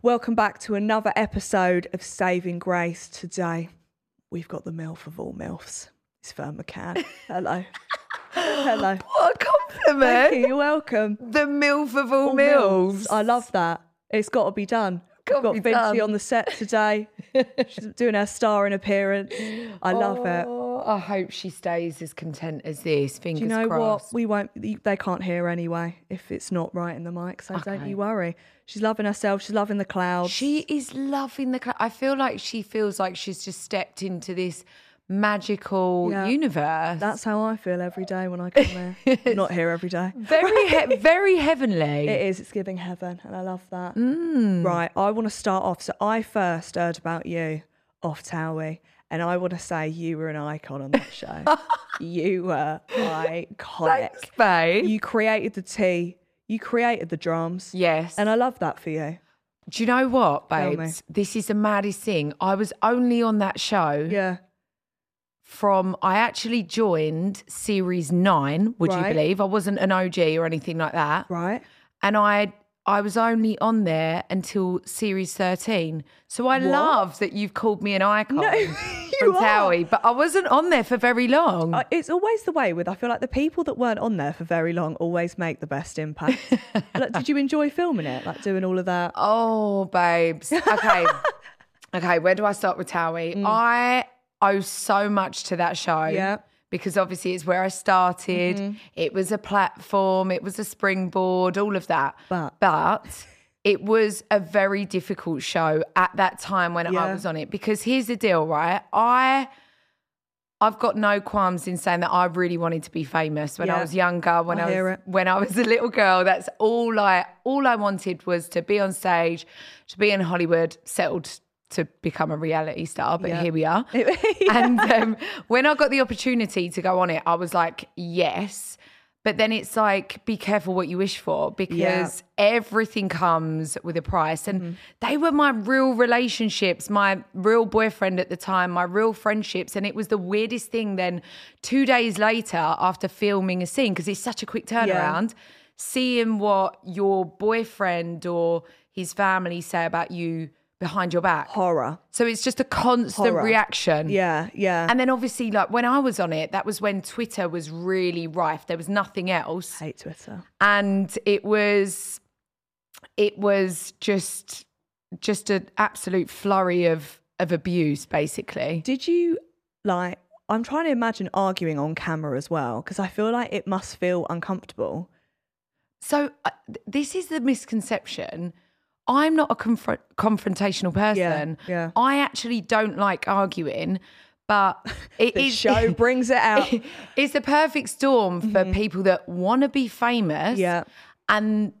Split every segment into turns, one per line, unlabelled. Welcome back to another episode of Saving Grace. Today, we've got the MILF of all MILFs. It's Fern McCann. Hello. Hello.
What a compliment.
Thank you. You're welcome.
The MILF of all,
All MILFs.
mills.
I love that. It's got to be done.
Gotta
we've got
be
Vinci
done.
on the set today. She's doing her starring appearance. I love it.
Oh, I hope she stays as content as this. Fingers
Do you know
crossed.
what? We won't. They can't hear anyway if it's not right in the mic. So don't
Okay.
you worry. She's loving herself. She's loving the clouds.
She is loving the. Cl- I feel like she feels like she's just stepped into this magical
Yeah.
universe.
That's how I feel every day when I come here. I'm not here every day.
very, he- very heavenly.
It is. It's giving heaven, and I love that. Right. I want to start off. So I first heard about you off Towie, and I want to say you were an icon on that show. you were iconic.
Thanks, babe.
You created the tea. You created the drums.
yes.
And I love that for you.
Do you know what,
Tell
babes? This is the maddest thing. I was only on that show
Yeah.
from I actually joined series nine. Would
Right.
you believe? I wasn't an OG or anything like that.
Right.
and I I was only on there until series thirteen. So I love that you've called me an icon
you
from
are.
Towie, but I wasn't on there for very long.
I- It's always the way with I feel like the people that weren't on there for very long always make the best impact. like, did you enjoy filming it? Like doing all of that?
oh, babes. Okay, okay. Where do I start with Towie? I owe so much to that show.
Mm. Yeah. Mm-hmm.
Because obviously it's where I started. It was a platform. It was a springboard. All of that.
But-
but it was a very difficult show at that time when
Yeah.
I was on it because here's the deal, right? I I've got no qualms in saying that I really wanted to be famous when
Yeah.
I was younger, when
I
I,
hear
was
it.
when I was a little girl. That's all I all I wanted was to be on stage, to be in Hollywood, settled to become a reality star. But
Yeah.
here we are. And um, when I got the opportunity to go on it, I was like, yes. But then it's like, be careful what you wish for because everything comes with a price. And they were my real relationships, my real boyfriend at the time, my real friendships. And it was the weirdest thing then, two days later, after filming a scene, because it's such a quick turnaround, seeing what your boyfriend or his family say about you behind your back.
Horror.
So it's just a constant
Horror.
reaction.
Yeah. Yeah.
And then obviously, like when I was on it, that was when Twitter was really rife. There was nothing else.
hate Twitter.
And it was it was just just an absolute flurry of of abuse, basically.
Did you like? I'm trying to imagine arguing on camera as well because I feel like it must feel uncomfortable.
So uh, th- this is the misconception. I'm not a confr- confrontational person.
yeah.
I actually don't like arguing, but it
The
is-
show brings it out.
it's the perfect storm for people that want to be famous.
Mm-hmm. Yeah.
And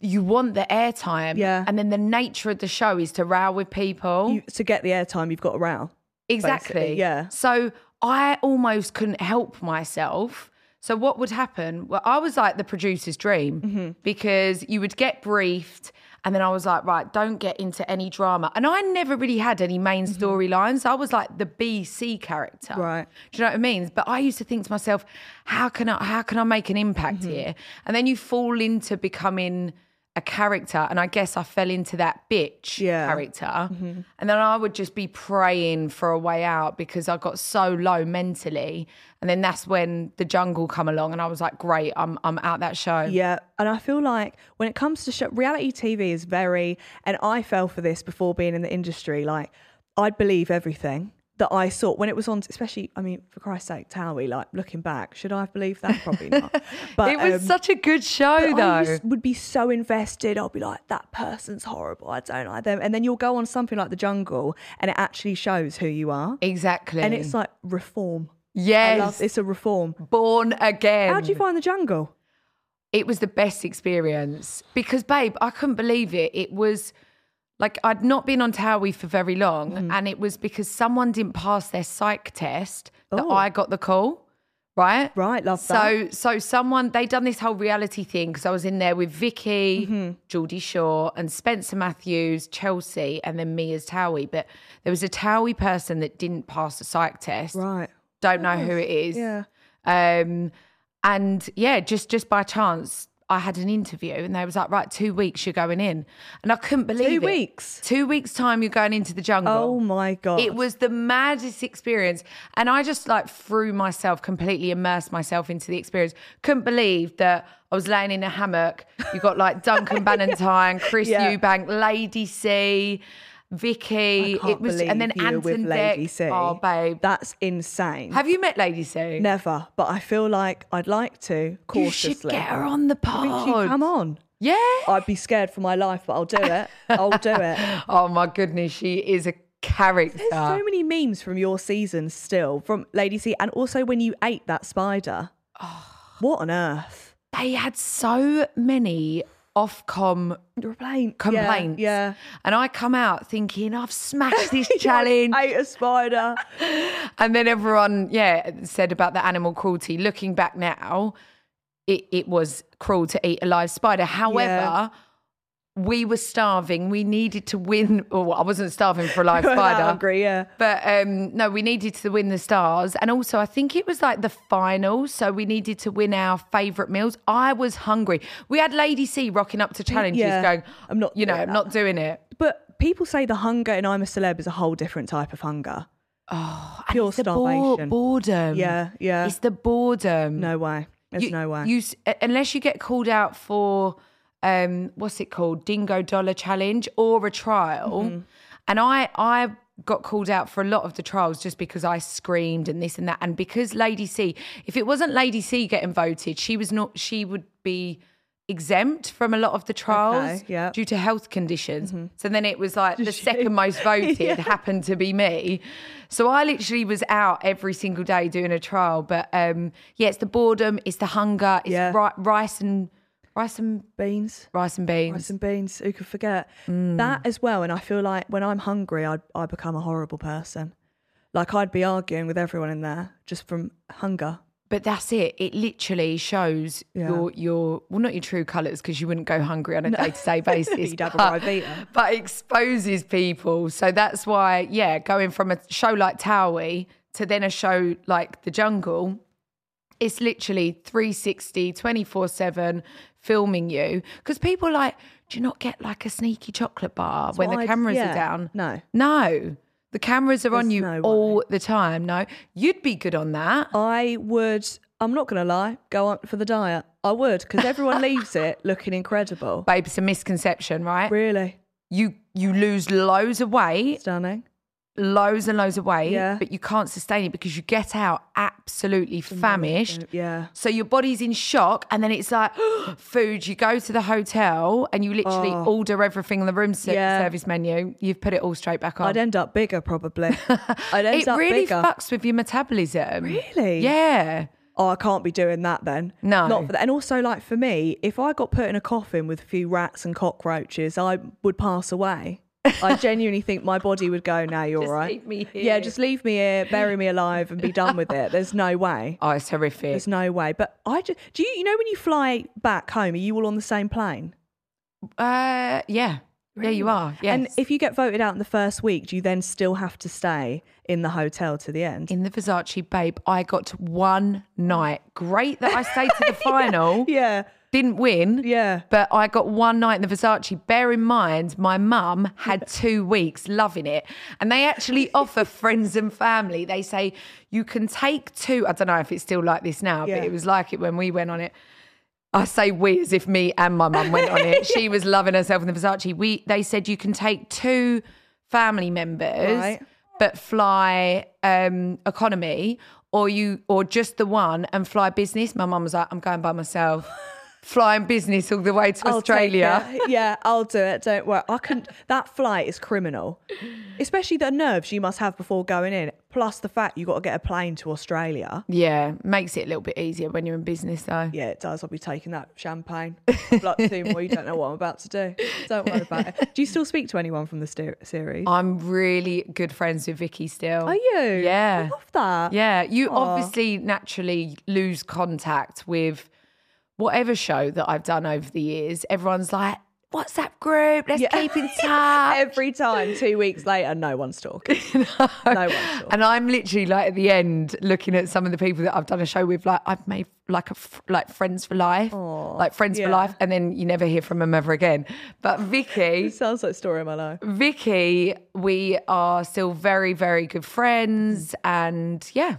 you want the airtime.
Yeah.
And then the nature of the show is to row with people.
You, to get the airtime, you've got to row.
exactly.
basically, yeah.
So I almost couldn't help myself. So what would happen? Well, I was like the producer's dream
Mm-hmm.
because you would get briefed. And then I was like, right, don't get into any drama. And I never really had any main storylines. I was like the BC character.
Mm-hmm. Right.
Do you know what I mean? But I used to think to myself, how can I how can I make an impact
Mm-hmm.
here? And then you fall into becoming a character, and I guess I fell into that bitch
Yeah.
character.
Mm-hmm.
And then I would just be praying for a way out because I got so low mentally. And then that's when the jungle come along, and I was like, great, I'm I'm out that show.
Yeah, and I feel like when it comes to show, reality TV is very, and I fell for this before being in the industry. Like I'd believe everything that I saw when it was on, especially. I mean, for Christ's sake, Towie. Like looking back, should I have believed that? Probably not. But
it was
um,
such a good show,
But I
though.
used- would be so invested. I'll be like, that person's horrible. I don't like them. And then you'll go on something like The Jungle and it actually shows who you are.
exactly.
And it's like reform. I
yes,
love, it's a reform.
born again.
How do you find The Jungle?
it was the best experience because babe i couldn't believe it it was like i'd not been on towie for very long
Mm-hmm.
and it was because someone didn't pass their psych test that
Oh.
i got the call right
Right, love that.
so so someone they done this whole reality thing because i was in there with vicky
Mm-hmm.
geordie shaw and spencer matthews chelsea and then me as towie but there was a towie person that didn't pass the psych test
Right.
don't know who it is
Yeah.
um, and yeah, just just by chance, I had an interview and they was like, right, two weeks you're going in. And I couldn't believe
Two
it.
weeks?
Two weeks' time you're going into the jungle.
Oh my God.
It was the maddest experience. And I just like threw myself, completely immersed myself into the experience. Couldn't believe that I was laying in a hammock. You got like Duncan Bannatyne, Chris
Yeah.
Eubank, Lady C, Vicky.
I can't
it was
believe
and then
you
Anton
with Lady
Deck.
C.
Oh babe.
That's insane.
Have you met Lady C?
Never, but I feel like I'd like to
You should
cautiously.
get her on the
Think
pod.
she'd come on.
Yeah.
I'd be scared for my life, but I'll do it. I'll do it.
Oh my goodness, she is a character.
There's so many memes from your season still from Lady C, and also when you ate that spider.
Ah.
What on earth?
They had so many Ofcom
Complaint.
complaints.
Yeah.
And I come out thinking, I've smashed this
yeah.
challenge.
I ate a spider.
and then everyone, yeah, said about the animal cruelty. Looking back now, it, it was cruel to eat a live spider. However, we were starving. We needed to win. Well, I wasn't starving for a live
That
spider.
hungry, yeah.
But um, no, we needed to win the stars. And also, I think it was like the final. So we needed to win our favourite meals. I was hungry. We had Lady C rocking up to challenges
Yeah.
going,
I'm not
you know,
doing
I'm
that.
not doing it.
But people say the hunger in I'm a Celeb is a whole different type of hunger. Oh, pure
It's the bore-
starvation.
boredom.
Yeah, yeah.
Mm. It's the boredom.
No way. There's
you,
no way.
You, s- uh, unless you get called out for um, what's it called, Dingo Dollar Challenge or a trial,
Mm-hmm.
and I I got called out for a lot of the trials just because I screamed and this and that, and because Lady C, if it wasn't Lady C getting voted, she was not. She would be exempt from a lot of the trials
Okay, yeah.
due to health conditions. So then it was like the
Mm-hmm. she?
second most voted happened to be me. So I literally was out every single day doing a trial. But um, yeah, it's the boredom, it's the hunger, it's
Yeah.
ri- rice and rice and
Beans.
rice and beans.
Rice and beans. Who could forget
Mm.
that as well? And I feel like when I'm hungry, I I become a horrible person. Like I'd be arguing with everyone in there just from hunger.
But that's it. It literally shows
Yeah.
your your well, not your true colours because you wouldn't go hungry on a day to day basis.
You'd have a
but,
Ribena.
but exposes people. So that's why, yeah, going from a show like Towie to then a show like The Jungle, it's literally 360, 24 7 filming you because people are like, do you not get like a sneaky chocolate bar when
what
the
I'd-
cameras
yeah.
are down?
No.
no. The cameras are on
There's
you
no way.
all the time. No, you'd be good on that.
I would. I'm not gonna lie. Go on for the diet. I would because everyone leaves it looking incredible.
babe, it's a misconception, right?
Really
You you lose loads of weight,
stunning.
loads and loads of weight,
Yeah.
but you can't sustain it because you get out absolutely famished.
Yeah.
So your body's in shock, and then it's like food. You go to the hotel and you literally order everything on the room ser-
Oh. Yeah.
service menu. You've put it all straight back on.
I'd end up bigger probably. I'd end
it
up
really
bigger.
fucks with your metabolism.
Really?
Yeah.
oh, I can't be doing that then.
No.
Not for that. And also, like for me, if I got put in a coffin with a few rats and cockroaches, I would pass away. I genuinely think my body would go, now you're
Just
all right.
leave me
Yeah,
here."
just leave me here, bury me alive and be done with it. There's no way.
Oh, it's horrific.
There's no way. But I just, do you, you know, when you fly back home, are you all on the same plane?
uh, yeah. Yeah, you are. Yes.
And if you get voted out in the first week, do you then still have to stay in the hotel to the end?
in the Versace Babe, I got one night. Great that I stayed to the final,
Yeah,
didn't win.
yeah.
But I got one night in the Versace. Bear in mind, my mum had two weeks loving it. And they actually offer friends and family. They say you can take two. I don't know if it's still like this now,
Yeah.
but it was like it when we went on it. I say we as if me and my mum went on it. She was loving herself in the Versace. We they said you can take two family members
Right.
but fly um economy or you or just the one and fly business. My mum was like, I'm going by myself. Flying business all the way to
I'll Oh, take
Australia.
it. Yeah, I'll do it. Don't worry. I can. That flight is criminal, especially the nerves you must have before going in. Plus the fact you got to get a plane to Australia.
Yeah, makes it a little bit easier when you're in business though.
Yeah, it does. I'll be taking that champagne. I've like two more. You don't know what I'm about to do. Don't worry about it. Do you still speak to anyone from the ster- series?
I'm really good friends with Vicky still.
Are you?
Yeah.
I love that.
Yeah, you obviously naturally lose contact with whatever show that I've done over the years. Everyone's like, WhatsApp group. Let's
Yeah.
keep in touch.
Every time, two weeks later, no one's talking. no. one's talking.
And I'm literally like at the end looking at some of the people that I've done a show with, like I've made like a f- like friends for life, like friends
yeah.
for life, and then you never hear from them ever again. But Vicky,
It sounds like story of my life.
Vicky, we are still very very good friends, and yeah,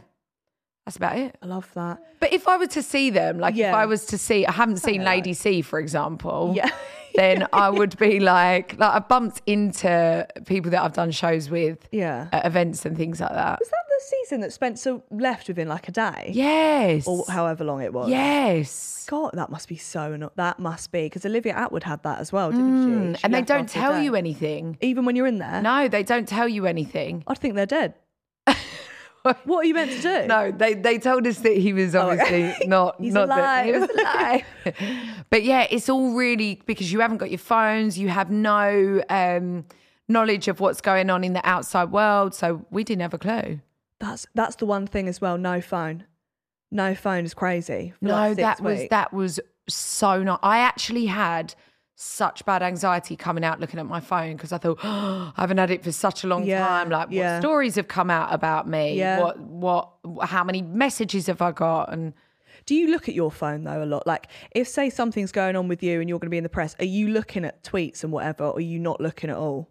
that's about it.
I love that.
But if I were to see them, like if
Yeah.
I was to see, I haven't seen Lady C, for example.
Yeah.
Then I would be like, like I bumped into people that I've done shows with
Yeah.
at events and things like that.
Was that the season that Spencer left within like a day?
Yes.
Or however long it was?
yes.
God, that must be so. Not, that must be because Olivia Atwood had that as well, didn't she? She
Mm. And they
left
don't
after a
tell
day.
you anything.
Even when you're in there,
No, they don't tell you anything.
I'd think they're dead. what are you meant to do?
No, they, they told us that he was obviously not
He's
not that-
alive.
he was alive. but yeah, it's all really because you haven't got your phones, you have no um, knowledge of what's going on in the outside world. So we didn't have a clue.
That's that's the one thing as well. No phone. No phone is crazy. for
No,
like six
that was
weeks.
that was so not. I actually had such bad anxiety coming out looking at my phone because I thought oh, I haven't had it for such a long
Yeah,
time. Like, what
yeah.
stories have come out about me?
Yeah.
What what? How many messages have I got? And
Do you look at your phone though a lot? Like, if say something's going on with you and you're going to be in the press, are you looking at tweets and whatever, or are you not looking at all?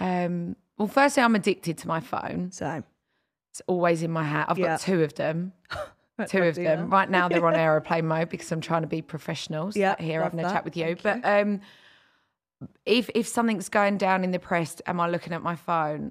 um, well, firstly, I'm addicted to my phone.
So,
It's always in my hat. I've
Yeah.
got two of them. Two
I'd
of
do
them.
that.
Right now they're on aeroplane mode because I'm trying to be professionals.
Yeah,
Yeah, here
love
having a
that.
chat with you.
Thank
But um, if if something's going down in the press, am I looking at my phone?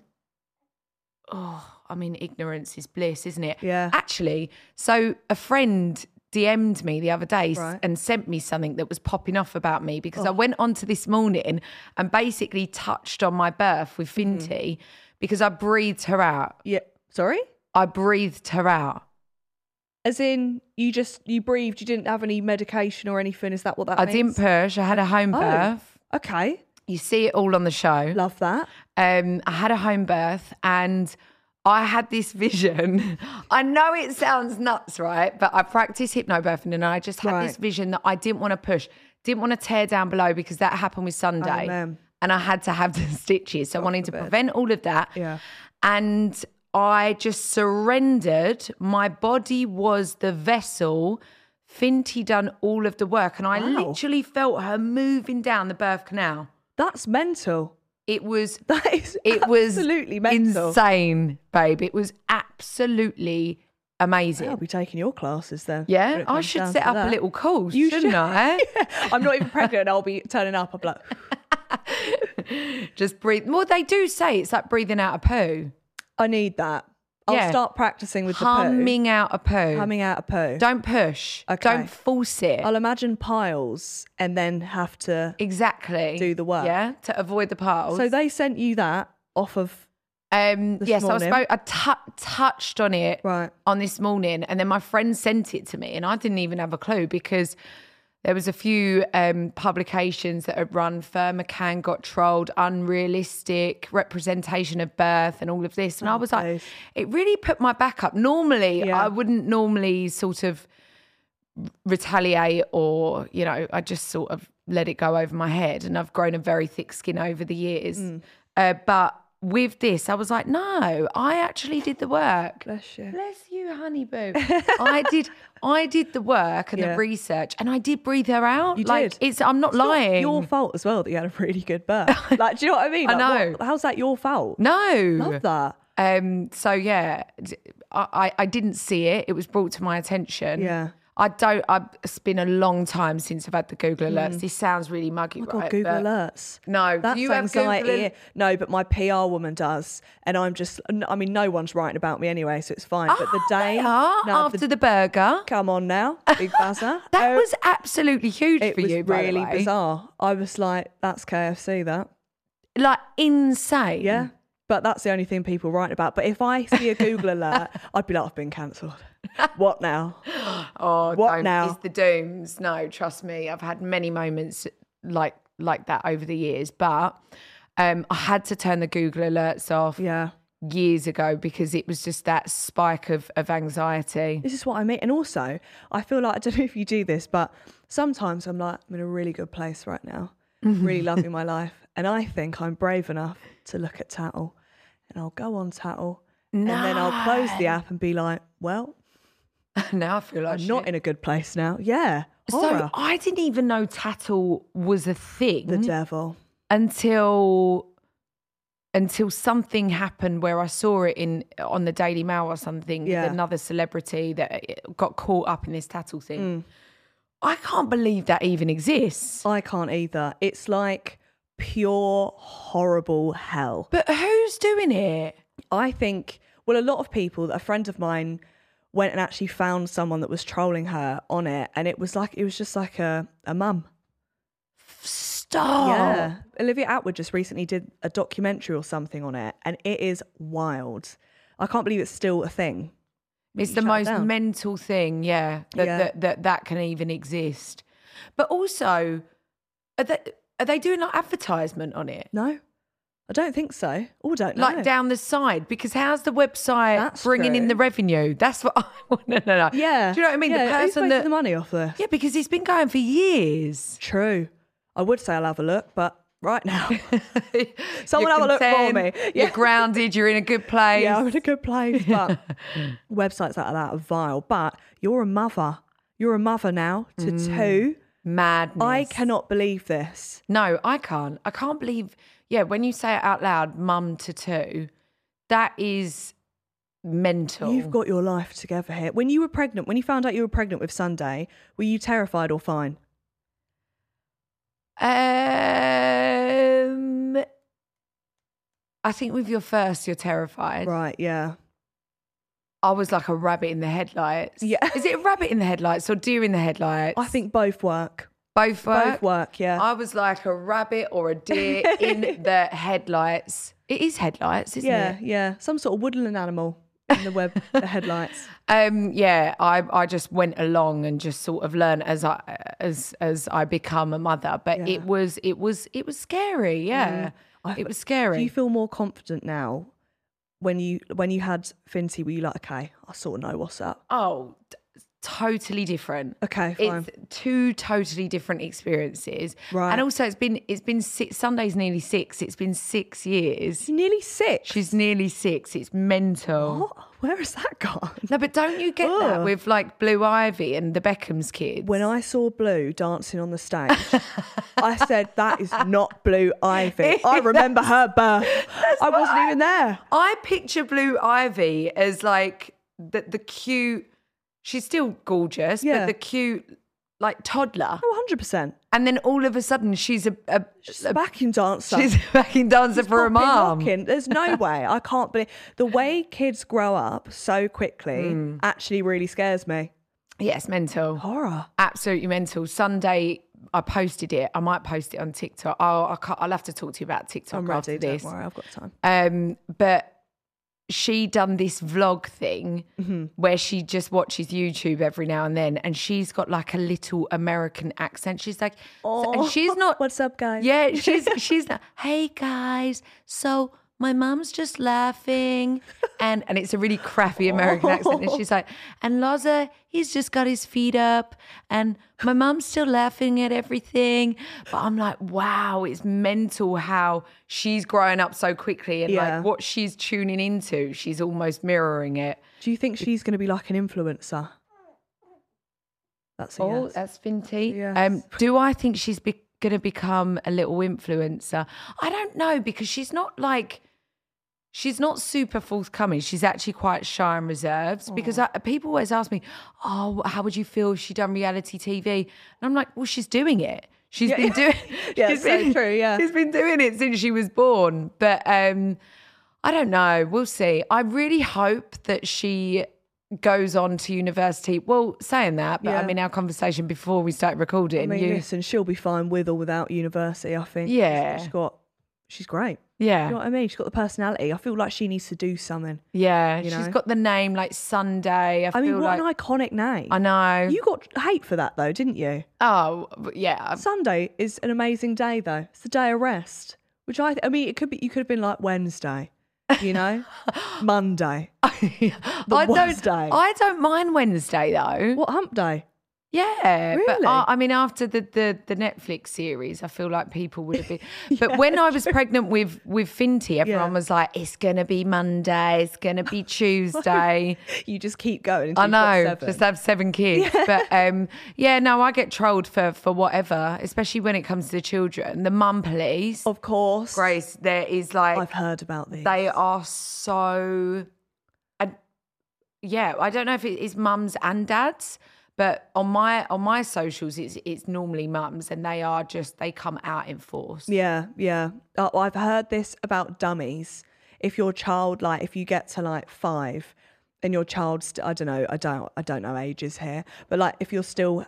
Oh, I mean, ignorance is bliss, isn't it?
Yeah.
Actually, so a friend DM'd me the other day s-
Right. Oh.
and sent me something that was popping off about me because I went on to this morning and basically touched on my birth with Finty
Mm-hmm.
because I breathed her out.
Yeah. Sorry.
I breathed her out.
As in, you just you breathed. You didn't have any medication or anything. Is that what that?
I
means?
didn't push. I had a home
Oh.
birth.
Okay.
You see it all on the show.
Love that.
Um, I had a home birth and I had this vision. I know it sounds nuts, right? But I practice hypnobirthing and I just had this
Right.
vision that I didn't want to push, didn't want to tear down below because that happened with Sunday.
Amen.
And I had to have the stitches. So I wanted to prevent all of that.
Yeah.
And I just surrendered. My body was the vessel. Finty done all of the work. And I
Wow.
literally felt her moving down the birth canal.
That's mental.
It was
That is.
it was
absolutely mental.
insane, babe. It was absolutely amazing.
I'll be taking your classes then. when
yeah,
it
I
comes
should
down
set
to
up
that.
a little course,
You
shouldn't
should.
I?
I'm not even pregnant. I'll be turning up. I'm like,
Just breathe. Well, they do say it's like breathing out a poo,
I need that. I'll
Yeah.
start practicing with the
humming out a
poo.
poo.
Humming out a poo.
Don't push.
Okay.
Don't force it.
I'll imagine piles and then have to.
exactly.
do the work.
Yeah, to avoid the piles.
So they sent you that off of
um,
this
yes,
morning.
I spoke. I tou- touched on it
right.
on this morning and then my friend sent it to me and I didn't even have a clue because there was a few um, publications that had run Fair McCann got trolled, unrealistic representation of birth and all of this. And I was like,
please.
it really put my back up. Normally
Yeah.
I wouldn't normally sort of retaliate or, you know, I just sort of let it go over my head and I've grown a very thick skin over the years. Uh, but with this, I was like, no, I actually did the work.
Bless you.
Bless you, honey boo. I did. I did the work and
Yeah.
the research, and I did breathe her out.
You
like
did.
it's. I'm not
It's not
lying.
your fault as well that you had a really good birth. Like, do you know what I mean?
I
Like,
know.
what- how's that your fault?
no.
Love that.
Um. So yeah, d- I, I I didn't see it. It was brought to my attention.
Yeah.
I don't. I, it's been a long time since I've had the Google alerts. This sounds really muggy,
Mm. Oh God,
right?
Google
But
Alerts.
No,
That's
do you have Google
anxiety.
Alert-
No, but my PR woman does, and I'm just. n- I mean, no one's writing about me anyway, so it's fine. but the
Oh,
day
they are
no,
after
the,
the, burger,
come on now, big buzzer.
that
Oh,
was absolutely huge
it
for
was
you. by the
really
way.
bizarre. I was like, that's KFC. That
like insane.
yeah. But that's the only thing people write about. But if I see a Google alert, I'd be like, I've been cancelled. What now?
Oh,
What
don't.
now?
It's the dooms. No, trust me. I've had many moments like like that over the years, but um, I had to turn the Google alerts off
Yeah.
years ago because it was just that spike of of anxiety.
This is what I mean. And also, I feel like I don't know if you do this, but sometimes I'm like, I'm in a really good place right now,
Mm-hmm.
really loving my life. And I think I'm brave enough to look at Tattle and I'll go on Tattle and then I'll close the app and be like, well,
now I feel like
I'm
shit.
not in a good place now. Yeah. Horror.
So I didn't even know tattle was a thing
the devil.
until until something happened where I saw it in on the Daily Mail or something
Yeah.
with another celebrity that got caught up in this tattle
Mm.
thing. I can't believe that even exists.
I can't either. It's like pure horrible hell.
But who's doing it?
I think, well, a lot of people, a friend of mine went and actually found someone that was trolling her on it. And it was like, it was just like a, a mum.
Stop.
Yeah. Olivia Atwood just recently did a documentary or something on it. And it is wild. I can't believe it's still a thing.
It's
you
the
shut it
most
down.
mental thing, yeah that,
Yeah.
that that that can even exist. But also, are they are they doing like advertisement on it,
No, I don't think so. Oh, don't know.
like down the side? Because how's the website
That's
bringing in
true.
the revenue? That's what I want to know.
Yeah.
do you know what I mean?
Yeah,
the
who's
person
making
that
the money off this.
yeah, because it's been going for years.
True. I would say I'll have a look, but right now, Someone
You're
have a look for
content,
me.
You're
Yeah.
grounded. You're in a good place.
yeah, I'm in a good place. But websites like that are vile. But you're a mother. You're a mother now to
Mm.
two.
Madness.
I cannot believe this.
No, I can't. I can't believe. Yeah, when you say it out loud, mum to two, that is mental.
You've got your life together here. When you were pregnant, when you found out you were pregnant with Sunday, were you terrified or fine?
Um, I think with your first, you're terrified.
Right, yeah.
I was like a rabbit in the headlights.
Yeah.
Is it a rabbit in the headlights or deer in the headlights?
I think both work.
both work.
Both work, yeah.
I was like a rabbit or a deer in the headlights. It is headlights, isn't
yeah,
it?
yeah. Some sort of woodland animal in the web, the headlights.
Um, yeah, I I just went along and just sort of learned as I as as I become a mother. But
Yeah. Mm.
it was it was it was scary. Yeah, it was scary.
Do you feel more confident now when you when you had Finty? Were you like, okay, I sort of know what's up?
oh, t- totally different.
Okay, fine.
It's two totally different experiences.
Right.
And also, it's been it's been six, Sunday's nearly six. It's been six years.
She's nearly six.
She's nearly six. It's mental.
what? Where has that gone?
No, but don't you get that
Oh. Ugh.
with like Blue Ivy and the Beckham's kids?
When I saw Blue dancing on the stage, I said, "That is not Blue Ivy." I remember her birth. I wasn't even there.
I picture Blue Ivy as like the the cute. She's still gorgeous,
Yeah.
but the cute like toddler.
One hundred percent.
And then all of a sudden, she's a, a
She's a backing dancer.
she's a backing dancer for a
Popping,
mom.
rocking. There's no way. I can't believe the way kids grow up so quickly. Actually, really scares me.
Yes, mental,
Horror.
absolutely mental. Sunday, I posted it. I might post it on TikTok. I'll I can't, I'll have to talk to you about TikTok
I'm
after
ready. Don't
this.
worry, I've got time.
Um, but she done this vlog thing
Mm-hmm.
where she just watches YouTube every now and then, and she's got like a little American accent. She's like, so- and she's not,
Oh, What's up, guys?
yeah, she's she's not. Hey guys, so my mom's just laughing, and and it's a really crappy American accent, and she's like, and Loza, he's just got his feet up, and my mom's still laughing at everything, but I'm like, wow, it's mental how she's growing up so quickly, and
Yeah.
like what she's tuning into, she's almost mirroring it.
Do you think she's going to be like an influencer? That's a
Oh,
yes.
that's Finty.
Yes.
Um, do I think she's be- going to become a little influencer? I don't know because she's not like she's not super forthcoming. She's actually quite shy and reserved.
Oh.
Because I, people always ask me, "Oh, how would you feel if she done reality TV?" And I'm like, "Well, she's doing it. She's
Yeah.
been doing.
Yeah,
she's
so true, yeah.
she's been doing it since she was born." But um, I don't know. We'll see. I really hope that she goes on to university. Well, saying that, but I
Yeah.
mean, our conversation before we started recording,
I mean,
you,
listen, she'll be fine with or without university. I think. She's-
Yeah.
she's got. She's great.
yeah,
You know what I mean? She's got the personality. I feel like she needs to do something.
yeah,
you
she's
know.
got the name like Sunday. I,
I mean,
feel
what
like
an iconic name.
I know.
You got hate for that though, didn't you?
oh, but yeah,
Sunday is an amazing day though. It's the day of rest, which I. I mean, it could be. You could have been like Wednesday, you know, Monday.
I don't.
Wednesday.
I don't mind Wednesday though.
What hump day?
Yeah, but
Really?
I, I mean, after the, the the Netflix series, I feel like people would have been. But when I was pregnant with with Finty, everyone
Yeah.
was like, "It's gonna be Monday. It's gonna be Tuesday."
You just keep going. Until
I
you've got
know,
seven.
just have seven kids. But um, yeah, no, I get trolled for for whatever, especially when it comes to the children. The mum police,
of course.
Grace, there is like
I've heard about these.
they are so and yeah i don't know if it is mums and dads but on my on my socials it's it's normally mums and they are just they come out in force
Yeah, yeah. Uh, I've heard this about dummies. If your child, like, if you get to like five, and your child's, st- I don't know, I don't, I don't know ages here, but like, if you're still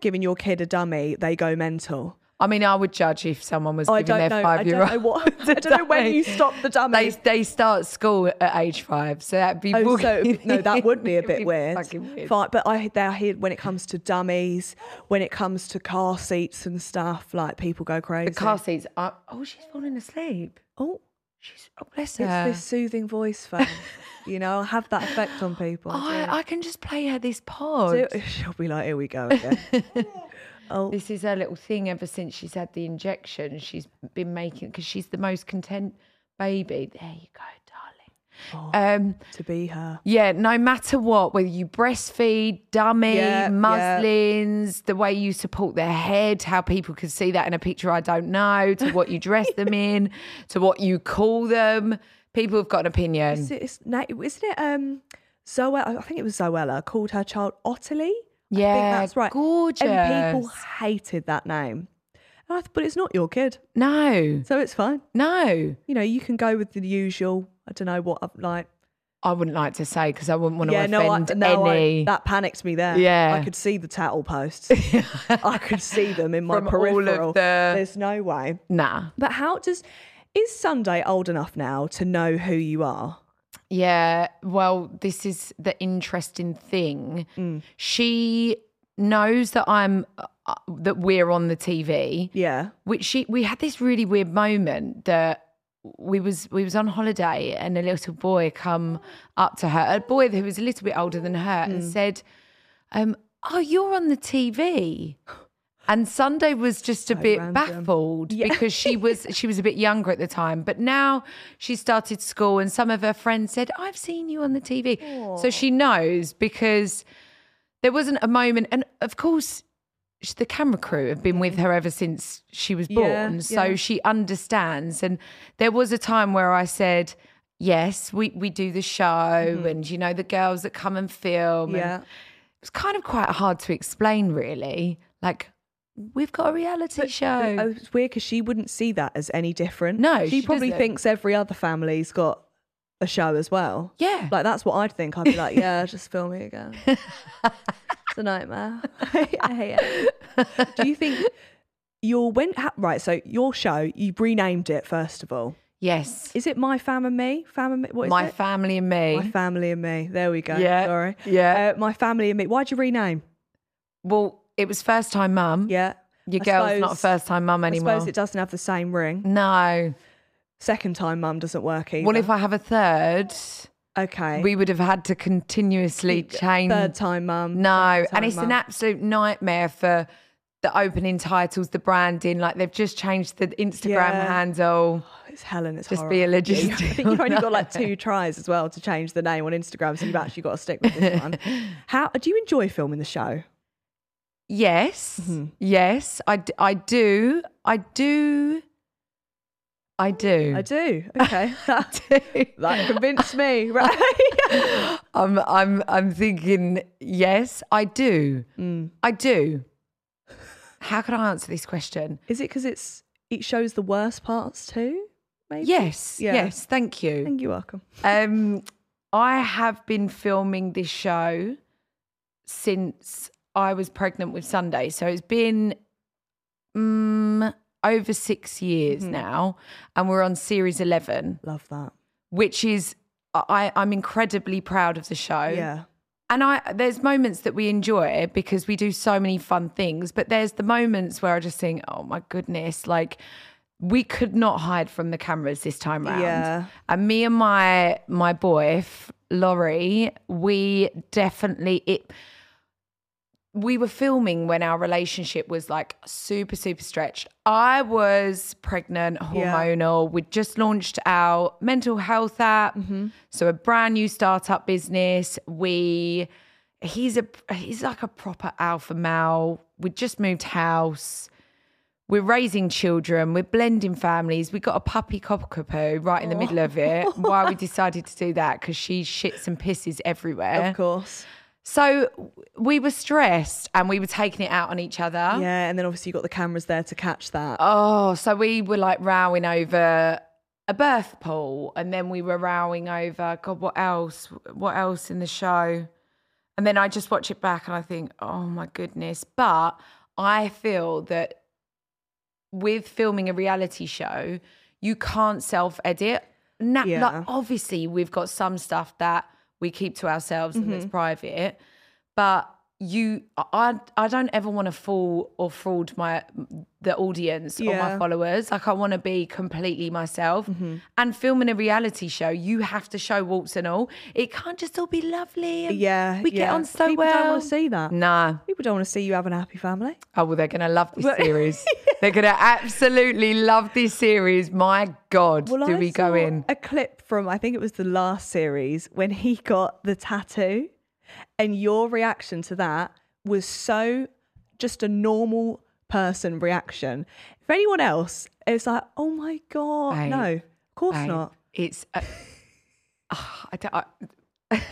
giving your kid a dummy, they go mental.
i mean i would judge if someone was
I don't
giving their
know. I
five year
don't know
old
what. I don't know when you stop the
they,
dummy.
they start school at age five so that'd be
Oh, so
walking-
no, that would be a
it'd
bit weird.
fucking weird.
Fine, but I they hear when it comes to dummies, when it comes to car seats and stuff, like people go crazy.
the car seats are oh she's falling asleep
oh,
she's oh bless
it's
her
this soothing voice, phone. you know, I have that effect on people. do.
I, I can just play her this pod
Do- She'll be like, here we go again. oh,
This is her little thing ever since she's had the injection. She's been making because she's the most content baby. There you go,
Oh.
darling. Um,
to be her.
yeah, no matter what, whether you breastfeed, dummy,
Yeah, yeah.
muslins, the way you support their head, how people can see that in a picture I don't know, to what you dress them in, to what you call them. People have got an opinion.
Is it, is, na- isn't it um, Zoe? I think it was Zoella called her child Ottilie. I think
yeah,
that's right.
gorgeous.
And people hated that name. And I th- but it's not your kid,
no,
so it's fine.
no.
You know, you can go with the usual. I don't know what I'm like.
I wouldn't like to say because I wouldn't want to
yeah, no, I,
offend
no
any.
I, that panicked me there.
Yeah.
I could see the tattle posts. I could see them in my
From all of
peripheral.
the-
There's no way.
Nah.
But how does is Sunday old enough now to know who you are?
Yeah. Well, this is the interesting thing.
Mm.
She knows that I'm uh, that we're on the TV.
Yeah.
Which she we had this really weird moment that we was we was on holiday and a little boy come up to her, a boy who was a little bit older than her, and said, um, "Oh, you're on the TV." And Sunday was just a bit
random.
baffled because she was she was a bit younger at the time, but now she started school and some of her friends said, "I've seen you on the TV," so she knows because there wasn't a moment, and of course. sh- The camera crew have been with her ever since she was
Yeah,
born. so
yeah.
she understands. And there was a time where I said, Yes, we, we do the show, and you know, the girls that come and film. and
Mm-hmm. Yeah.
it's kind of quite hard to explain, really. Like, we've got a reality show.
Oh, it's weird because she wouldn't see that as any different.
No,
she,
she
probably
doesn't.
thinks every other family's got a show as well.
yeah.
Like that's what I'd think. I'd be like, yeah, just film it again. it's a nightmare. I hate it. Do you think your when ha- right? So your show, you renamed it first of all.
yes.
Is it my fam and me? Fam and me? What is
My
it?
family and me.
my family and me. There we go.
Yeah,
Sorry.
yeah.
Uh, my family and me. Why'd you rename?
well, it was first time mum.
Yeah.
Your
I
girl's not a
suppose-
first time mum anymore.
I suppose it doesn't have the same ring.
no.
Second time mum doesn't work either.
Well, if I have a third,
okay.
we would have had to continuously change.
Third time mum.
No,
second time
and it's an
mum.
absolute nightmare for the opening titles, the branding. Like they've just changed the Instagram
Yeah.
handle.
It's Helen. It's
Just
horrible.
be a
Yeah, I
logistical
think you've only got like two tries as well to change the name on Instagram, so you've actually got to stick with this one. How do you enjoy filming the
Mm.
show?
Yes,
Mm-hmm.
yes, I, d- I do, I do, I do.
I do. Okay, that,
do.
that convinced me. Right?
I'm I'm I'm thinking yes, I do,
Mm.
I do. How can I answer this question?
Is it because it's it shows the worst parts too? Maybe.
Yes,
Yeah.
yes, thank you.
Thank you. Welcome.
Um, I have been filming this show since I was pregnant with Sunday, so it's been mm, over six years now, and we're on series eleven,
Love that.
which is I, I'm incredibly proud of the show.
Yeah.
And I there's moments that we enjoy because we do so many fun things, but there's the moments where I just think, oh my goodness, like we could not hide from the cameras this time around.
Yeah.
And me and my my boy, F- Laurie, we definitely it we were filming when our relationship was like super, super stretched. I was pregnant,
Yeah.
hormonal. We'd just launched our mental health app.
Mm-hmm.
So a brand new startup business. We he's a he's like a proper alpha male. We'd just moved house. We're raising children. We're blending families. We got a puppy cockapoo right in the middle of it. Why we decided to do that because she shits and pisses everywhere.
Of course.
So we were stressed and we were taking it out on each other.
Yeah, and then obviously you got the cameras there to catch that.
Oh, so we were like rowing over a birth pool and then we were rowing over, God, what else? What else in the show? And then I just watch it back and I think, oh my goodness. But I feel that with filming a reality show, you can't self edit. Na-
Yeah.
Like, obviously, we've got some stuff that we keep to ourselves and
Mm-hmm.
that's private, but you, I, I don't ever want to fool or fraud my the audience or my
Yeah. Mm-hmm.
followers. Like, I want to be completely myself. And filming a reality show, you have to show warts and all. It can't just all be lovely. and
yeah,
we get
yeah.
on so
People
well.
don't want to see that.
Nah.
People don't want to see you have an happy family.
Oh, well, they're going to love this series. They're going to absolutely love this series. My God,
Well,
do
I
we go
saw
in?
A clip from I think it was the last series when he got the tattoo, and your reaction to that was so just a normal person reaction. If anyone else, it's like, oh my god,
Babe,
no, of course
Babe,
not.
Um, It's. A, Ah, I don't, I-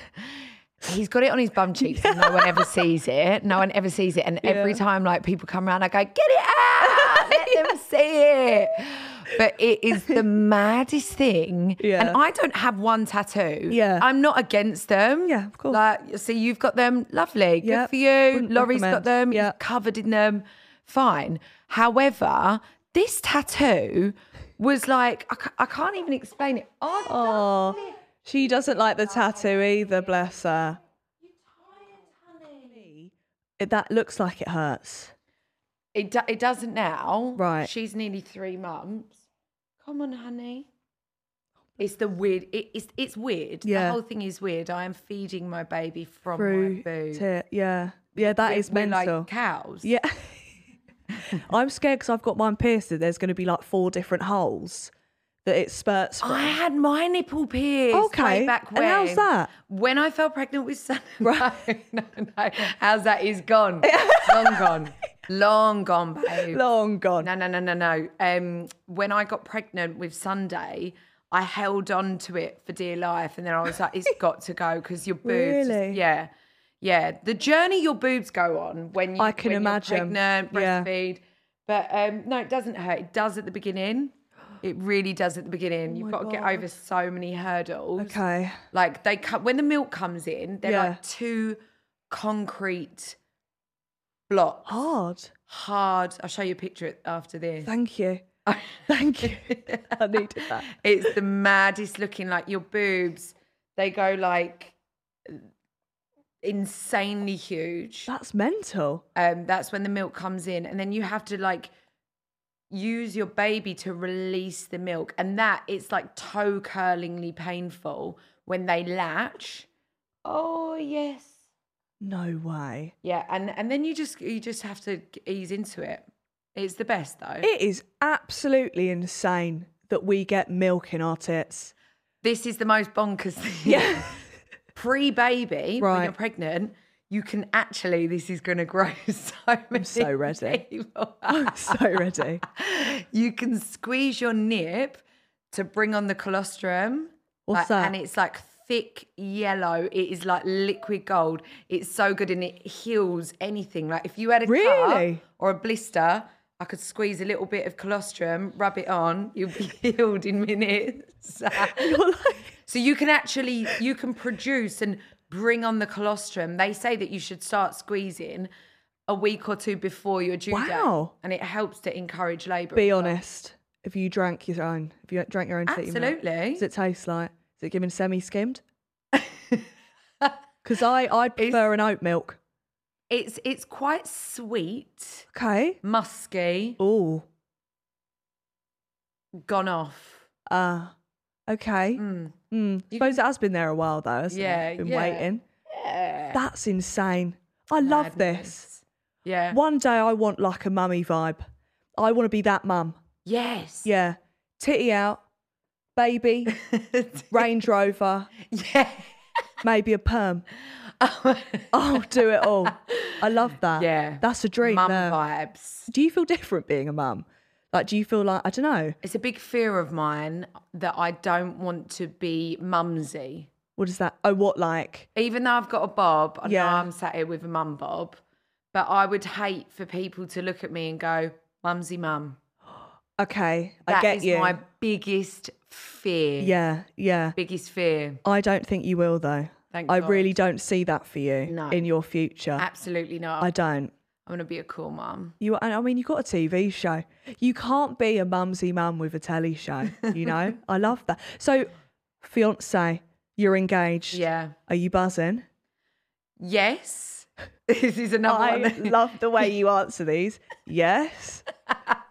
he's got it on his bum cheeks, and no one ever sees it. No one ever sees it, and every time like people come around, I go, "Get it out! Let them see it." But it is the maddest thing,
Yeah.
and I don't have one tattoo.
Yeah.
I'm not against them.
Yeah, of course.
Like, see, you've got them, lovely,
Yep.
good for you.
Wouldn't
Laurie's got
recommend.
them.
Yeah.
You've covered in them, fine. However, this tattoo was like, I, ca- I can't even explain it. I
Oh, she doesn't like the tattoo either. Bless her. It, that looks like it hurts.
It, do- it doesn't now.
Right.
She's nearly three months. Come on, honey. It's the weird. It, it's it's weird. The
Yeah.
whole thing is weird. I am feeding my baby from my
Through
boob.
tear. Yeah. Yeah, that
We're-
is
we're
mental.
like cows.
Yeah. I'm scared because I've got mine pierced. That there's going to be like four different holes that it spurts from.
I had my nipple pierced. way
Okay.
back
And
when.
how's that?
When I fell pregnant with Sam. Right. No, no, no. How's that? Is gone. Long gone. Long gone, babe.
Long gone.
No, no, no, no, no. Um, when I got pregnant with Sunday, I held on to it for dear life, and then I was like, "It's got to go because your boobs." just-
Really?
yeah, yeah. The journey your boobs go on when you
I can
when
imagine.
you're pregnant,
Yeah.
breastfeed, but um, no, it doesn't hurt. It does at the beginning. It really does at the beginning. You've got to get over so many hurdles.
Oh Okay.
Like they come when the milk comes in, they're
Yeah.
like two concrete blocks,
Hard.
hard. I'll show you a picture after this.
Thank you. Thank you. I needed that.
It's the maddest looking. Like your boobs, they go like insanely huge.
That's mental.
Um, that's when the milk comes in, and then you have to like use your baby to release the milk, and that it's like toe curlingly painful when they latch. Oh yes,
No way.
yeah, and and then you just you just have to ease into it. It's the best though.
It is absolutely insane that we get milk in our tits.
this is the most bonkers thing.
Yeah.
Pre baby, when you're
Right.
pregnant, you can actually, this is going to grow so many
so ready.
people.
I'm so ready.
you can squeeze your nip to bring on the colostrum.
What's
like-
that?
And it's like thick yellow. It is like liquid gold. It's so good and it heals anything. Like if you had a
Really?
cut or a blister, I could squeeze a little bit of colostrum, rub it on, you'll be healed in minutes.
You're like,
So you can actually you can produce and bring on the colostrum. They say that you should start squeezing a week or two before your due date,
Wow.
and it helps to encourage labour.
be honest. If you drank your own, if you drank your own titty milk,
Absolutely.
Does it taste like? Is it given semi skimmed? Because I I'd prefer an oat milk.
It's it's quite sweet,
Okay.
musky,
Oh.
gone off.
Uh okay. Mm. Suppose it has been there a while though, hasn't
Hmm. Yeah,
it? Been
yeah.
waiting. That's insane. I love this.
Yeah.
One day I want like a mummy vibe. I want to be that mum.
Yes.
Yeah. Titty out, baby, Range Rover,
Yeah.
maybe a perm. I'll do it all. I love that.
Yeah.
That's a dream.
Mum
there.
vibes.
Do you feel different being a mum? Like, do you feel like, I don't know,
It's a big fear of mine that I don't want to be mumsy.
what is that? Oh, what like?
Even though I've got a bob, I know
Yeah.
I'm sat here with a mum bob, but I would hate for people to look at me and go, mumsy mum.
Okay,
That
I get
is
you.
my biggest fear.
Yeah, yeah.
Biggest fear.
I don't think you will, though.
Thank
I
God.
really don't see that for you
No.
in your future.
Absolutely not.
I
I,
don't.
am going to be a cool mum.
You, and I mean, you've got a TV show. You can't be a mumsy mum with a telly show. You know, I love that. So, fiance, you're engaged.
Yeah.
Are you buzzing?
Yes. this is another
I
one.
love the way you answer these. Yes.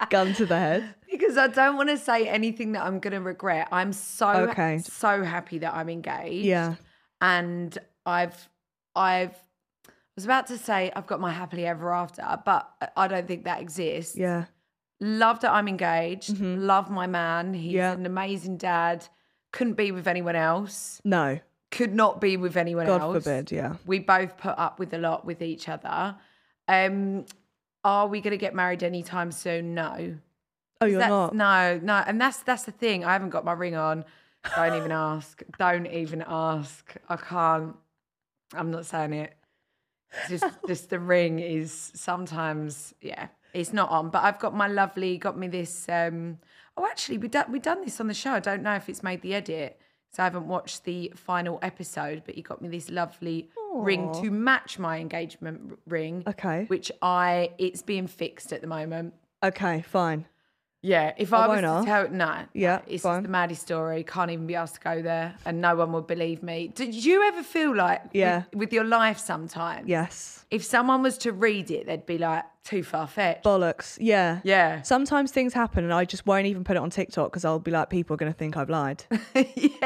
Gun to the head.
because I don't want to say anything that I'm going to regret. I'm so
Okay.
so happy that I'm engaged.
Yeah.
and I've I've I was about to say I've got my happily ever after, but I don't think that exists.
Yeah.
Love that I'm engaged. Love my man. He's
Mm-hmm. Yeah.
an amazing dad. Couldn't be with anyone else.
No.
Could not be with anyone
God
else.
forbid. Yeah.
We both put up with a lot with each other. Um, are we going to get married anytime soon? No.
Oh, you're
That's-
not.
No, no, and that's that's the thing. I haven't got my ring on. Don't even ask. Don't even ask. I can't. I'm not saying it. It's Just, just the ring is sometimes, yeah, it's not on. But I've got my lovely. Got me this. um Oh, actually, we done we done this on the show. I don't know if it's made the edit, so I haven't watched the final episode. But you got me this lovely ring
Aw.
to match my engagement r- ring.
Okay.
Which I it's being fixed at the moment.
Okay. Fine.
Yeah, if
I
I, was to
won't
tell, no,
Yeah,
no, it's
fine.
just the maddest story. Can't even be asked to go there, and no one would believe me. Did you ever feel like, with-
Yeah.
with, your life sometimes,
Yes.
if someone was to read it, they'd be like, too far fetched.
Bollocks. Yeah.
Yeah,
Sometimes things happen and I just won't even put it on TikTok because I'll be like, people are going to think I've lied.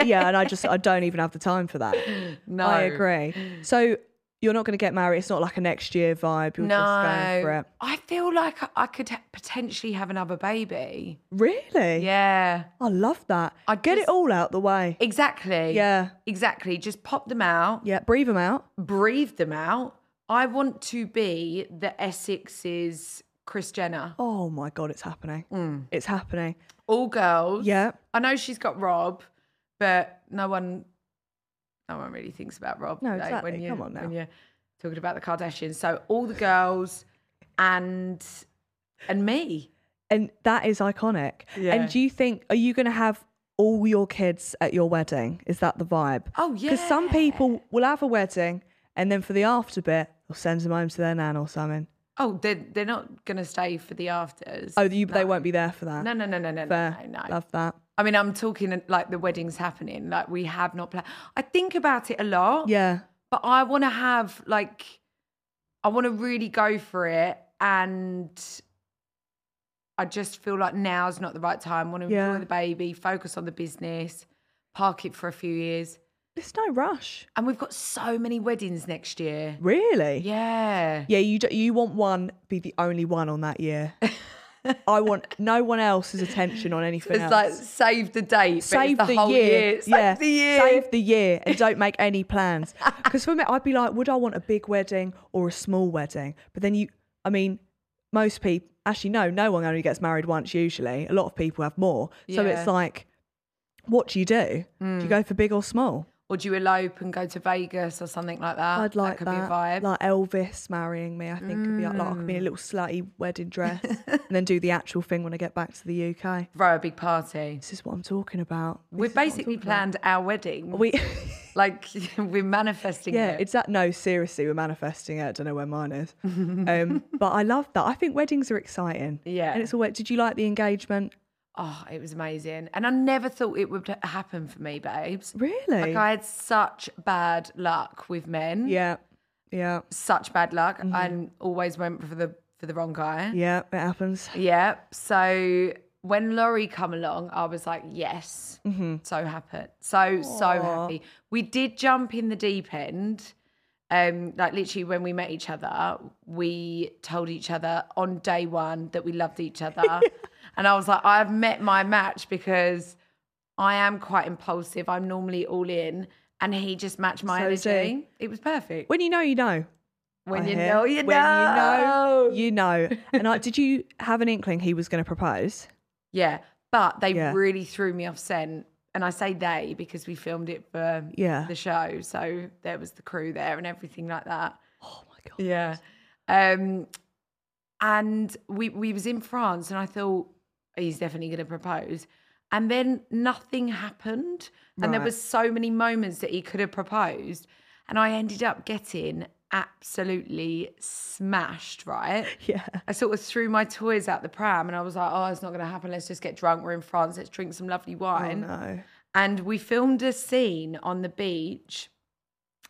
yeah. And I just, I don't even have the time for that.
no,
I agree. So you're not going to get married. It's not like a next year vibe. You're
No,
just going for it.
I feel like I- I could ha- potentially have another baby.
Really?
Yeah,
I love that.
I
get it
just-
all out the way.
exactly.
Yeah.
exactly. Just pop them out.
Yeah. Breathe them out.
breathe them out. I want to be the Essex's Chris Jenner.
Oh my God, it's happening.
Mm.
It's happening.
All girls.
Yeah.
I know she's got Rob, but no one no one really thinks about Rob.
No,
though,
exactly.
When you,
Come on now.
When you're talking about the Kardashians. So all the girls and and me.
And that is iconic.
Yeah.
And do you think, are you going to have all your kids at your wedding? Is that the vibe?
Oh yeah.
Because some people will have a wedding and then for the after bit, they'll send them home to their nan or something.
Oh, they're they're not gonna stay for the afters.
Oh, you, they won't be there for that.
No, no, no, no, no,
Fair.
no, no.
Love that.
I mean, I'm talking like the wedding's happening. Like we have not planned. I think about it a lot.
Yeah.
but I want to have like, I want to really go for it, and I just feel like now's not the right time. want to
Yeah.
enjoy the baby, focus on the business, park it for a few years,
There's no rush.
and we've got so many weddings next year.
Really?
Yeah,
Yeah, you do, you want one be the only one on that year. I want no one else's attention on anything
it's
else.
like save the date, but it's
save the,
whole
year.
save
yeah,
the year.
Save the year and don't make any plans. Because for me, I'd be like, would I want a big wedding or a small wedding? But then you, I mean, most people actually no, no one only gets married once. Usually, a lot of people have more. So
Yeah. Hmm.
it's like, what do you do? Do you go for big or small?
or do you elope and go to Vegas or something like Uh, that?
I'd like
that. Could be a vibe. Mm.
Like Elvis marrying me, I think could be like, like I could be in a little slutty wedding dress and then do the actual thing when I get back to the UK.
Throw a big party.
This is what I'm talking about. This
We've
is what I'm
basically
talking about.
planned our wedding.
We.
Like we're manifesting
Yeah,
it.
it's that. No, seriously, we're manifesting it. I don't know where mine is. um, but I love that. I think weddings are exciting.
Yeah.
And it's always, did you like the engagement?
Oh, it was amazing. And I never thought it would happen for me, babes.
Really?
Like I had such bad luck with men.
yeah. Mm-hmm. Yeah.
Such bad luck. I always went for the for the wrong guy.
Yeah. It happens.
Yeah. So when Laurie come along, I was like, yes,
Mm-hmm.
so happy, so so happy. We did jump in the deep end, um, like literally when we met each other, we told each other on day one that we loved each other. and I was like, I've met my match because I am quite impulsive. I'm normally all in. And he just matched my
So is he.
energy. It was perfect.
When you know, you know.
When
I
you
hear.
know, you
when
know.
you know, you know. And I, did you have an inkling he was going to propose?
Yeah. But they
Yeah.
really threw me off scent. And I say they because we filmed it for
Yeah.
the show. So there was the crew there and everything like that.
Oh my god.
Yeah. Um, and we we was in France, and I thought he's definitely going to propose. And then nothing happened, and there
Right.
was so many moments that he could have proposed, and I ended up getting absolutely smashed. Right.
Yeah.
I sort of threw my toys out the pram, and I was like, "Oh, it's not going to happen. Let's just get drunk. We're in France. Let's drink some lovely
Oh
wine."
no.
and we filmed a scene on the beach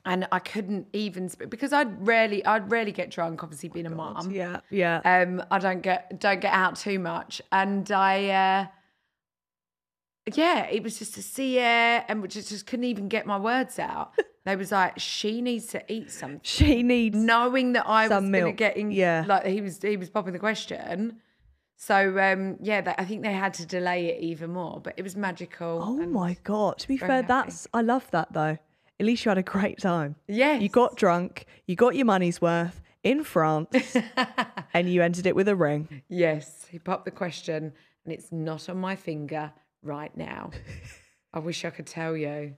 and I couldn't even sp- because I'd rarely I'd rarely get drunk
Oh
obviously being a mom
Yeah. Yeah.
um I don't get don't get out too much and I uh yeah it was just a sea air and we just, just couldn't even get my words out they was like she needs to eat something
she needs.
knowing that I
Some
was going to
milk,
get in,
yeah.
like he was he was popping the question. So um, yeah, they, I think they had to delay it even more, but it was magical.
Oh
and-
my god. To be fair,
very happy.
that's I love that though. At least you had a great time.
Yes.
You got drunk. You got your money's worth in France, and you ended it with a ring.
yes. He popped the question, and it's not on my finger right now. I wish I could tell you.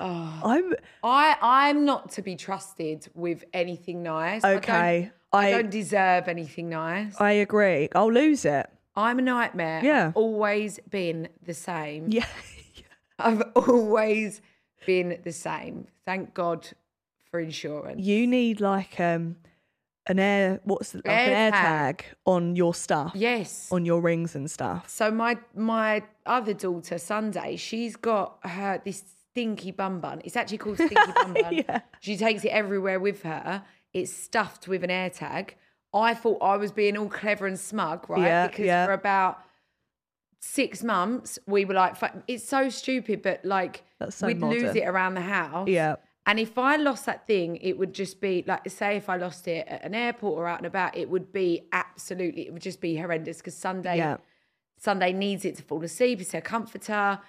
Oh.
I'm
I I'm not to be trusted with anything nice.
Okay,
I don't, I
I-
don't deserve anything nice.
I agree. I'll lose it.
I'm a nightmare.
Yeah.
I've always been the same.
Yeah.
I've always been the same. Thank God for insurance.
You need like um an air what's the, like an
Air
air
tag.
tag. on your stuff.
Yes.
On your rings and stuff.
So my my other daughter Sunday, she's got her this stinky bum bun. It's actually called stinky bum bun. She takes it everywhere with her. It's stuffed with an air tag. I thought I was being all clever and smug, right?
Yeah,
because
yeah.
for about six months we were like, "Fuck," it's so stupid, but like
That's so
we'd lose
modern.
it around the house.
Yeah.
And if I lost that thing, it would just be like, say, if I lost it at an airport or out and about, it would be absolutely, it would just be horrendous because Sunday,
Yeah.
Sunday needs it to fall asleep. It's her comforter.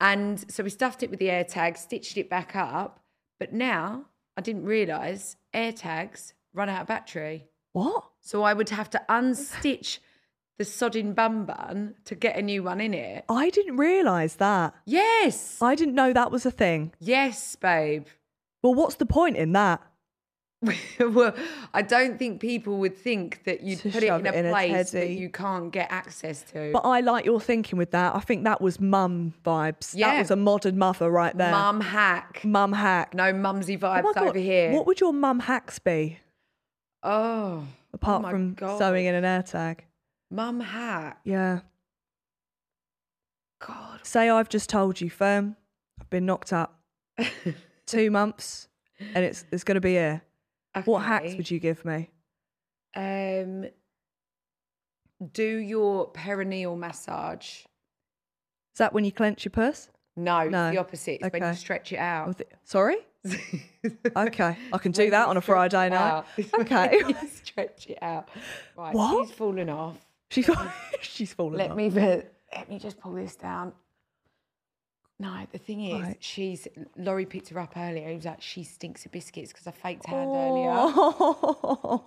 And so we stuffed it with the air tag, stitched it back up. But now I didn't realize air tags run out of battery.
What?
So I would have to unstitch the sodding bum bun to get a new one in it.
I didn't realise that.
Yes.
I didn't know that was a thing.
Yes, babe.
Well, what's the point in that?
well, I don't think people would think that you'd
To
put it
shove
in a
it in a
place that
teddy.
you can't get access to.
But I like your thinking with that. I think that was mum vibes.
Yeah.
That was a modern mother right there.
Mum hack.
Mum hack.
No mumsy
Oh
vibes
my God,
over here.
What would your mum hacks be
oh,
apart
my
from
God.
sewing in an air tag?
mum hack.
Yeah.
God.
Say I've just told you, firm. I've been knocked up two months, and it's it's going to be here. What hacks would you give me?
you? Um, do your perineal massage.
Is that when you clench your purse?
No,
No.
it's the opposite. It's when you
Okay.
stretch it out.
Sorry. Okay, I can do that on a Friday night. Okay.
stretch it out. Right,
What?
she's fallen off.
She's she's fallen.
Let
off.
me ver- let me just pull this down. No, the thing is,
Right.
she's Laurie picked her up earlier. He was like, she stinks of biscuits because I faked hand earlier.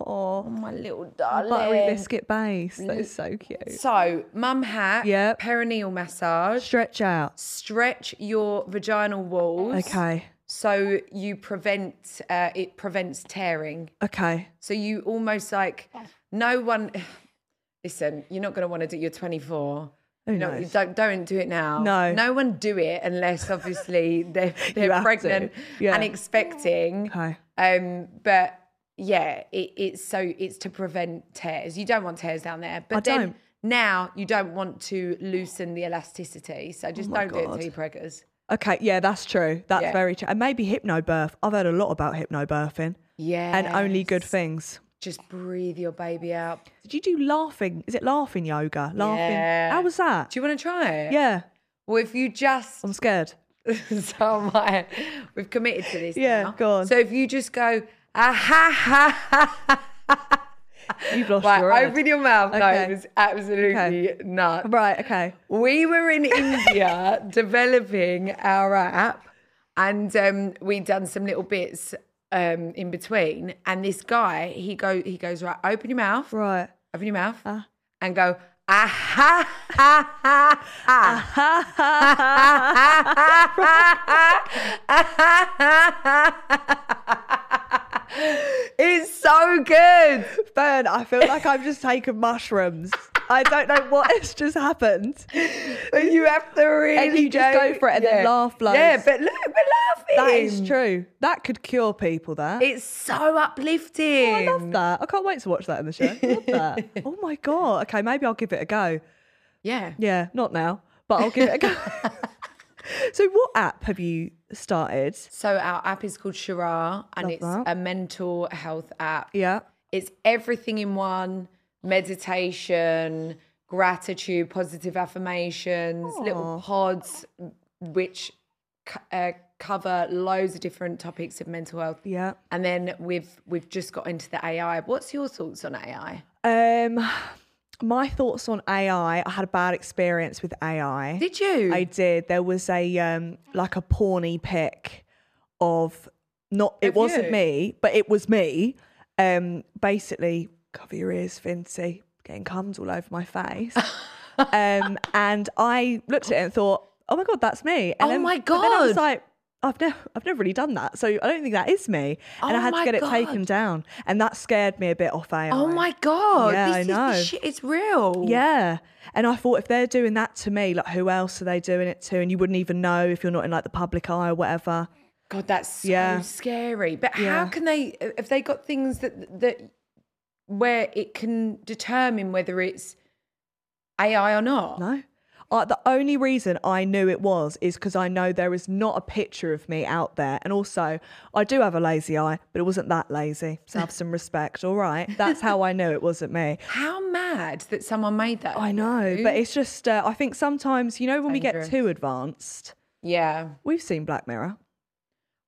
Oh,
My little
buttery
darling.
biscuit base. That is so cute.
So, mum hat,
Yep.
perineal massage,
Stretch out.
stretch your vaginal walls.
Okay.
So you prevent uh, it prevents tearing.
Okay.
So you almost like no one. Listen, you're not going to want to do. You're 24.
Who
You know,
knows?
don't don't do it now.
No.
no one do it unless obviously they're
You
they're
have to,
pregnant
yeah.
and expecting.
Okay.
Um, but yeah, it, it's so it's to prevent tears. You don't want tears down there, but
I
then
don't.
now you don't want to loosen the elasticity. So just
Oh my
don't do it
God.
until you're preggers.
Okay. Yeah, that's true. That's
Yeah.
very true. And maybe hypnobirth. I've heard a lot about hypnobirthing
Yeah,
and only good things.
Just breathe your baby out.
Did you do laughing? Is it laughing yoga? Laughing.
Yeah.
How was that?
Do you want to try it?
yeah.
Well, if you just
I'm scared.
so am I. We've committed to this.
Yeah,
now.
go on.
So if you just go, ah ha ha ha. ha."
You've lost
Right,
your head.
open your mouth. No, it
Okay.
was absolutely nuts.
Right, okay.
We were in India developing our app, and um, we'd done some little bits um, in between. And this guy, he go, he goes right. Open your mouth.
Right.
Open your mouth.
Uh.
And go. Ah ha ha ha ha. It's so good.
Fern, I feel like I've just taken mushrooms. I don't know what has just happened.
But you have to really
you just go for it and then laugh loads.
Yeah, but look, we're laughing.
That is true. That could cure people, that.
It's so uplifting.
Oh, I love that. I can't wait to watch that in the show. I love that. oh my God. Okay, maybe I'll give it a go.
Yeah.
Yeah, not now, but I'll give it a go. so, what app have you started?
So our app is called Shira, and
Love
it's
that.
a mental health app.
Yeah.
It's everything in one: meditation, gratitude, positive affirmations, little pods, which co- uh, cover loads of different topics of mental health.
Yeah.
And then we've we've just got into the AI. What's your thoughts on AI?
Um, my thoughts on AI. I had a bad experience with AI.
Did you?
I did. There was a um like a porny pic of not it
Of
wasn't
you?
me, but it was me. Um basically cover your ears, Finty, getting cums all over my face. um and I looked at it and thought, Oh my god, that's me. And
Oh
then-
my
but then I was
God.
like I've never, I've never really done that, so I don't think that is me. And
Oh
I had
my
to get
God.
it taken down, and that scared me a bit off AI.
Oh my god!
Yeah,
this
I
is
know.
This shit is real.
Yeah. And I thought if they're doing that to me, like who else are they doing it to? And you wouldn't even know if you're not in like the public eye or whatever.
God, that's so
Yeah.
scary. But
Yeah.
how can they? uh, Have they got things that that where it can determine whether it's AI or not?
No. Uh, the only reason I knew it was is because I know there is not a picture of me out there. And also, I do have a lazy eye, but it wasn't that lazy. So have some respect. All right. That's how I knew it wasn't me.
How mad that someone made that.
I know. But it's just, uh, I think sometimes, you know, when
Dangerous.
we get too advanced,
yeah,
we've seen Black Mirror.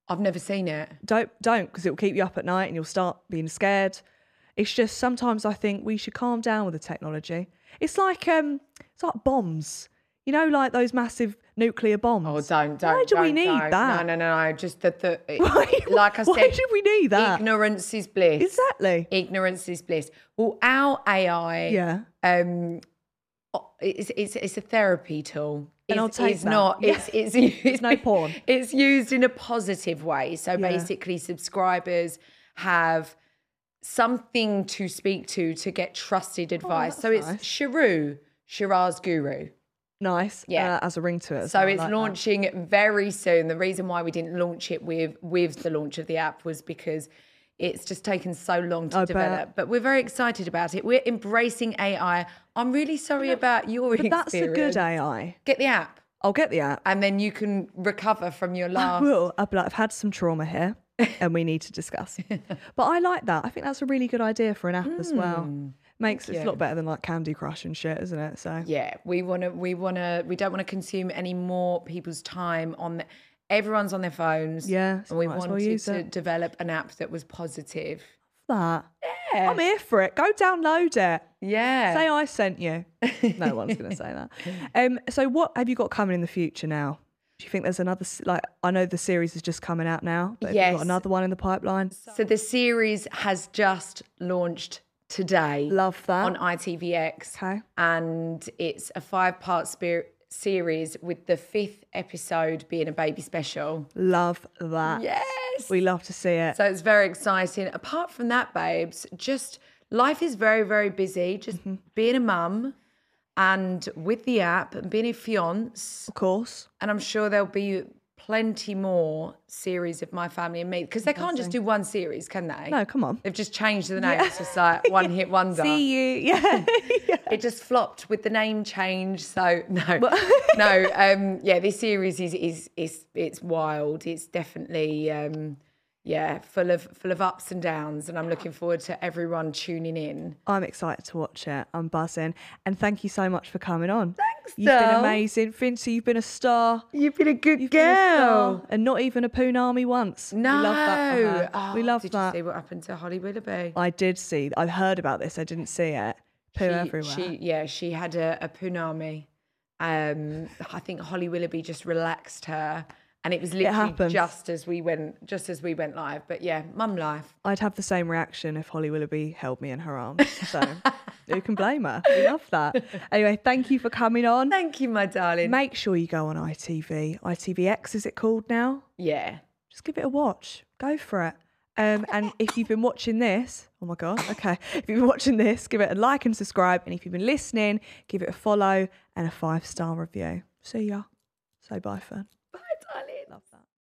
I've never seen it.
don't don't because it will keep you up at night and you'll start being scared it's just sometimes i think we should calm down with the technology it's like um it's like bombs you know like those massive nuclear bombs
Oh, don't, don't.
why do we
don't,
need
don't.
that
No, no, no. Just that the
Why-
like I said,
why do we need that
ignorance is bliss.
exactly
Ignorance is bliss. Well, our AI,
yeah
um it's it's, it's a therapy tool
And I'll
it's,
take
it's
that.
not
Yeah.
it's it's, it's
no porn.
it's used in a positive way so
Yeah.
basically subscribers have something to speak to to get trusted advice so it's
Oh, nice.
shiru shiraz guru
nice
Yeah.
yeah as a ring to it as
so
well, I
it's
like that.
launching very soon. The reason why we didn't launch it with with the launch of the app was because it's just taken so long to
I
develop.
bet.
But we're very excited about it. We're embracing AI. I'm really sorry about your
but
experience.
that's a good ai
Get the app,
i'll get the app
and then you can recover from your
I
laugh.
will. I'll be like, I've had some trauma here and we need to discuss. but I like that. I think that's a really good idea for an app as well. Makes it's a lot better than like Candy Crush and shit, isn't it? So
Mm. Yeah, we want to. We want to. We don't want to consume any more people's time on. The, everyone's on their phones.
Yeah, so
and we
might as well
wanted
use
to
it.
develop an app that was positive.
that. I'm here for it. Go download it.
Yeah.
Say I sent you. No one's going to say that. Um, so what have you got coming in the future now? Do you think there's another s- like I know the series is just coming out now, but have you
Yes.
got another one in the pipeline?
So the series has just launched today
Love that.
on ITVX.
Okay.
And it's a five part spir series with the fifth episode being a baby special.
Love that.
Yes.
We love to see it.
So it's very exciting. Apart from that, babes, just life is very, very busy. Just
Mm-hmm.
being a mum and with the app and being a fiance
of course.
and I'm sure there'll be plenty more series of my family and me because they can't just do one series, can they?
No, come on.
They've just changed the name. It's just like one hit wonder.
See you. Yeah. yeah.
It just flopped with the name change. So no, no. Um, yeah, this series is is is it's wild. It's definitely um, yeah, full of full of ups and downs, and I'm looking forward to everyone tuning in.
I'm excited to watch it. I'm buzzing. And thank you so much for coming on.
Thanks,
You've been
doll.
amazing. Fincy, you've been a star.
You've been a good
You've been a
girl.
star. And not even a Poonami once.
No,
We love that. for her.
Oh,
we love
did
that.
you see what happened to Holly Willoughby?
I did see. I've heard about this. I didn't see it. Poo everywhere.
She, yeah, she had a, a punami. Um, I think Holly Willoughby just relaxed her, and it was literally
happens.
just as we went, just as we went live. But yeah, mum life.
I'd have the same reaction if Holly Willoughby held me in her arms. So who can blame her? We love that. Anyway, thank you for coming on.
Thank you, my darling.
Make sure you go on ITV. ITVX is it called now?
yeah.
Just give it a watch. Go for it. Um, and if you've been watching this, oh my God, okay. If you've been watching this, give it a like and subscribe. And if you've been listening, give it a follow and a five star review. See ya. Say bye, Fern.